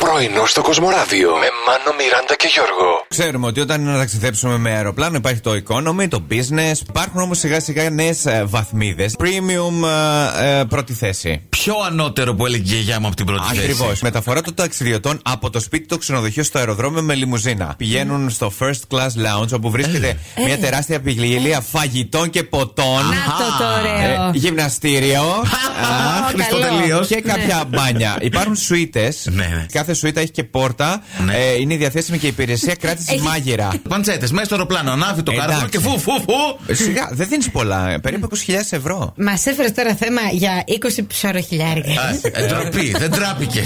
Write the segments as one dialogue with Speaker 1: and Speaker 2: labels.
Speaker 1: Πρωινό στο Κοσμοράδιο με Μάνο, Μιράντα και Γιώργο.
Speaker 2: Ξέρουμε ότι όταν να ταξιδέψουμε με αεροπλάνο υπάρχει το economy, το business. Υπάρχουν όμως σιγά σιγά νέες βαθμίδες. Premium ε, ε, πρώτη θέση.
Speaker 3: Πιο ανώτερο που έλεγε η γιαγιά μου από την πρώτη
Speaker 2: Ακριβώ.
Speaker 3: θέση.
Speaker 2: Μεταφορά των ταξιδιωτών από το σπίτι του ξενοδοχείο στο αεροδρόμιο με λιμουζίνα. Πηγαίνουν στο first class lounge όπου βρίσκεται
Speaker 3: Ε.
Speaker 2: μια τεράστια πηγλία φαγητών και ποτών.
Speaker 4: Να το το ωραίο.
Speaker 2: Ε, γυμναστήριο.
Speaker 4: Α,
Speaker 3: Χριστοτελείως.
Speaker 2: Και κάποια μπάνια. Υπάρχουν σουίτε.
Speaker 3: Ναι, ναι.
Speaker 2: Κάθε σουίτα έχει και πόρτα.
Speaker 3: Ναι.
Speaker 2: Ε, είναι διαθέσιμη και η υπηρεσία κράτηση
Speaker 4: Έχει-
Speaker 2: μάγειρα.
Speaker 3: Παντσέτες, μέσα στο αεροπλάνο, ανάβει το
Speaker 2: Εντάξει.
Speaker 3: κάρβο και φου, φου, φου.
Speaker 2: Ε, Σιγά, δεν δίνεις πολλά. ε, Περίπου 20.000 ευρώ.
Speaker 4: Μας έφερες τώρα θέμα για 20 ψωροχιλιάρια.
Speaker 3: Α, ε, Ντροπή, δεν τράπηκες.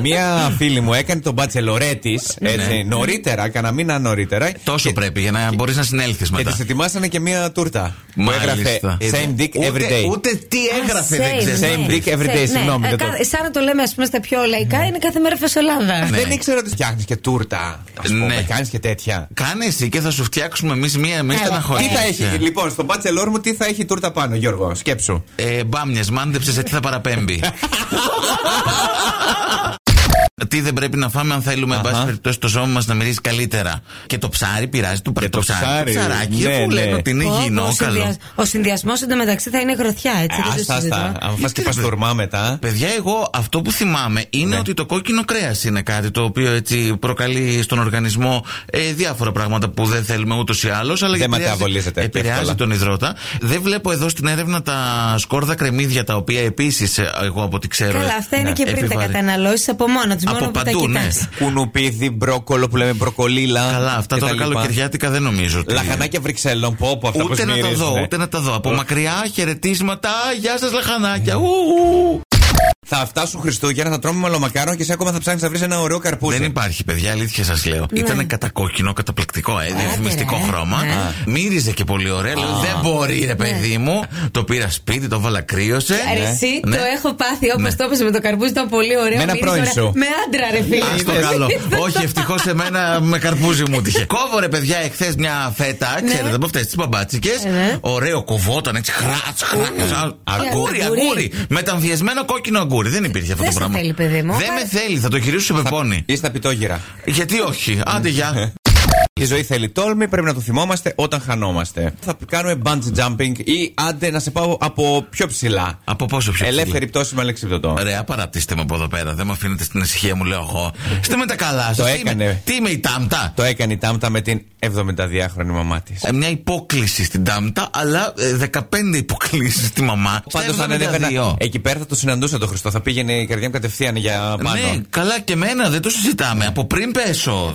Speaker 2: Μία φίλη μου έκανε τον μπατσελορέ τη
Speaker 3: Ναι.
Speaker 2: νωρίτερα, κανένα μήνα νωρίτερα.
Speaker 3: Τόσο πρέπει για
Speaker 2: ε,
Speaker 3: να μπορείς να συνέλθεις
Speaker 2: Και
Speaker 3: μετά.
Speaker 2: τη ετοιμάσανε και μία τούρτα. Μου
Speaker 3: Μάλιστα.
Speaker 2: έγραφε Same dick
Speaker 3: Ούτε-
Speaker 2: every day.
Speaker 3: Ούτε τι έγραφε
Speaker 4: Α,
Speaker 3: δεν
Speaker 4: same,
Speaker 3: ξέρεις.
Speaker 2: Same
Speaker 4: ναι.
Speaker 2: dick every day,
Speaker 4: Same, ναι.
Speaker 2: συγγνώμη,
Speaker 4: Ε,
Speaker 2: δεν το-
Speaker 4: κα- Σαν να το λέμε, ας πούμε, στα πιο λαϊκά, είναι κάθε μέρα φασολάδα.
Speaker 3: Ναι.
Speaker 2: Δεν ήξερα ότι φτιάχνεις και τούρτα. Ας πούμε,
Speaker 3: Ναι.
Speaker 2: κάνεις και τέτοια.
Speaker 3: Κάνε εσύ και θα σου φτιάξουμε εμείς μία Ε. μη
Speaker 4: Καλά.
Speaker 3: στεναχωρία.
Speaker 2: Τι θα έχει, λοιπόν, στον μπατσελόρ μου, τι θα έχει τούρτα πάνω, Γιώργο, σκέψου.
Speaker 3: Ε, μπάμιες, μάντεψες σε τι θα παραπέμπει. τι δεν πρέπει να φάμε αν θέλουμε, εν πάση
Speaker 2: Αχα.
Speaker 3: περιπτώσει, το σώμα μας να μυρίζει καλύτερα. Και το ψάρι πειράζει, το, το,
Speaker 2: ψάρι,
Speaker 3: ψάρι. Το ψαράκι,
Speaker 2: ναι,
Speaker 3: που λένε
Speaker 2: ναι.
Speaker 3: ότι είναι
Speaker 4: Πω, πω,
Speaker 3: υγιεινό,
Speaker 4: ο
Speaker 3: καλό.
Speaker 4: συνδυασ- Ο συνδυασμός εντωμεταξύ θα είναι γροθιά, Ε, έτσι. δεν το
Speaker 2: Ε, Άστα, άστα.
Speaker 4: συζητώ.
Speaker 2: Αν φας και
Speaker 3: Γιατί,
Speaker 2: παστούρμα μετά.
Speaker 3: Παιδιά, εγώ αυτό που θυμάμαι είναι
Speaker 2: Ναι.
Speaker 3: ότι το κόκκινο κρέας είναι κάτι το οποίο έτσι προκαλεί στον οργανισμό ε, διάφορα πράγματα που δεν θέλουμε ούτως ή άλλως. Αλλά
Speaker 2: Δεν
Speaker 3: επηρεάζει-
Speaker 2: μεταβολίζεται
Speaker 3: Επηρεάζει
Speaker 2: εύκολα.
Speaker 3: τον υδρότα. Δεν βλέπω εδώ στην έρευνα τα σκόρδα κρεμμύδια τα οποία επίσης εγώ από ό,τι ξέρω.
Speaker 4: Καλά, αυτά είναι
Speaker 3: ναι,
Speaker 4: και πριν τα
Speaker 3: επιβαρύ-
Speaker 4: καταναλώσεις από μόνο τους.
Speaker 3: Από
Speaker 4: Μόνο που τα
Speaker 3: παντού, ναι.
Speaker 4: κοιτάς.
Speaker 2: Κουνουπίδι, μπρόκολο που λέμε μπροκολίλα.
Speaker 3: Καλά, αυτά
Speaker 2: και
Speaker 3: τώρα
Speaker 2: τα λοιπά.
Speaker 3: καλοκαιριάτικα δεν νομίζω. Ότι...
Speaker 2: Λαχανάκια Βρυξέλλων, πω, πω, αυτά
Speaker 3: Ούτε
Speaker 2: πώς
Speaker 3: να τα
Speaker 2: μυρίζουνε. Ναι.
Speaker 3: δω, ούτε να τα δω. Από μακριά χαιρετίσματα. «Α, Γεια σας, λαχανάκια. Ου, ου.
Speaker 2: Θα φτάσουν Χριστούγεννα, θα τρώμε μαλομακάρο και εσύ ακόμα θα ψάχνεις να βρεις ένα ωραίο καρπούζι.
Speaker 3: Δεν υπάρχει, παιδιά, αλήθεια σας λέω. Ήταν κατακόκκινο, καταπληκτικό, ε, διαφημιστικό
Speaker 4: Ναι. ρε.
Speaker 3: χρώμα.
Speaker 4: Ναι.
Speaker 3: Μύριζε και πολύ ωραία. Λέω, δεν μπορεί, ρε παιδί μου. Το πήρα σπίτι, το βάλα κρύωσε.
Speaker 4: Ρε, Εσύ
Speaker 3: Ναι.
Speaker 4: το έχω πάθει όπως το έπεσε με το καρπούζι, ήταν πολύ ωραίο.
Speaker 2: Με ένα
Speaker 4: μύριζε
Speaker 2: πρώην
Speaker 4: ωραία.
Speaker 2: σου.
Speaker 4: Με άντρα, ρε φίλε.
Speaker 3: Ας το καλό. Όχι, ευτυχώς εμένα με καρπούζι μου τύχε. Ναι. Κόβω ρε παιδιά εχθές μια φέτα, ξέρετε από αυτές τις μπαμπάτσικες.
Speaker 4: Ναι.
Speaker 3: Ωραίο κοβόταν έτσι. Χράτ, χράτ. Αγκούρι,
Speaker 4: Αγκούρι.
Speaker 3: αγκούρι. Μεταμφιεσμένο κόκκινο αγκούρι. Δεν υπήρχε αυτό το
Speaker 4: Δεν σε
Speaker 3: πράγμα.
Speaker 4: θέλει, παιδί μου.
Speaker 3: Δεν
Speaker 4: Μα-
Speaker 3: με θέλει, θα το χειρίσω σε πεπόνι.
Speaker 2: Ή στα πιτόγυρα.
Speaker 3: Γιατί όχι, άντε
Speaker 2: Ε.
Speaker 3: γεια.
Speaker 2: Η ζωή θέλει τόλμη, πρέπει να το θυμόμαστε όταν χανόμαστε. Θα κάνουμε bungee jumping ή άντε να σε πάω από πιο ψηλά.
Speaker 3: Από πόσο πιο ψηλά?
Speaker 2: Ελεύθερη πτώση με αλεξιπτωτό.
Speaker 3: Ρε, απαρατήστε με από εδώ πέρα. Δεν με αφήνετε στην ησυχία μου, λέω εγώ. Είστε με τα καλά σα.
Speaker 2: Το έκανε.
Speaker 3: Τι είμαι η Τάμτα.
Speaker 2: Το έκανε η Τάμτα με την 72χρονη μαμά της.
Speaker 3: Ε, Μια υπόκληση στην Τάμτα, αλλά ε, 15 υποκλήσεις στη μαμά.
Speaker 2: Πάντως,
Speaker 3: Στα
Speaker 2: αν ανέβαινα
Speaker 3: 72.
Speaker 2: εκεί πέρα θα το συναντούσα το Χριστό. Θα πήγαινε η καρδιά μου κατευθείαν για πάνω.
Speaker 3: Ναι, καλά και εμένα, δεν το συζητάμε. Από πριν πέσω.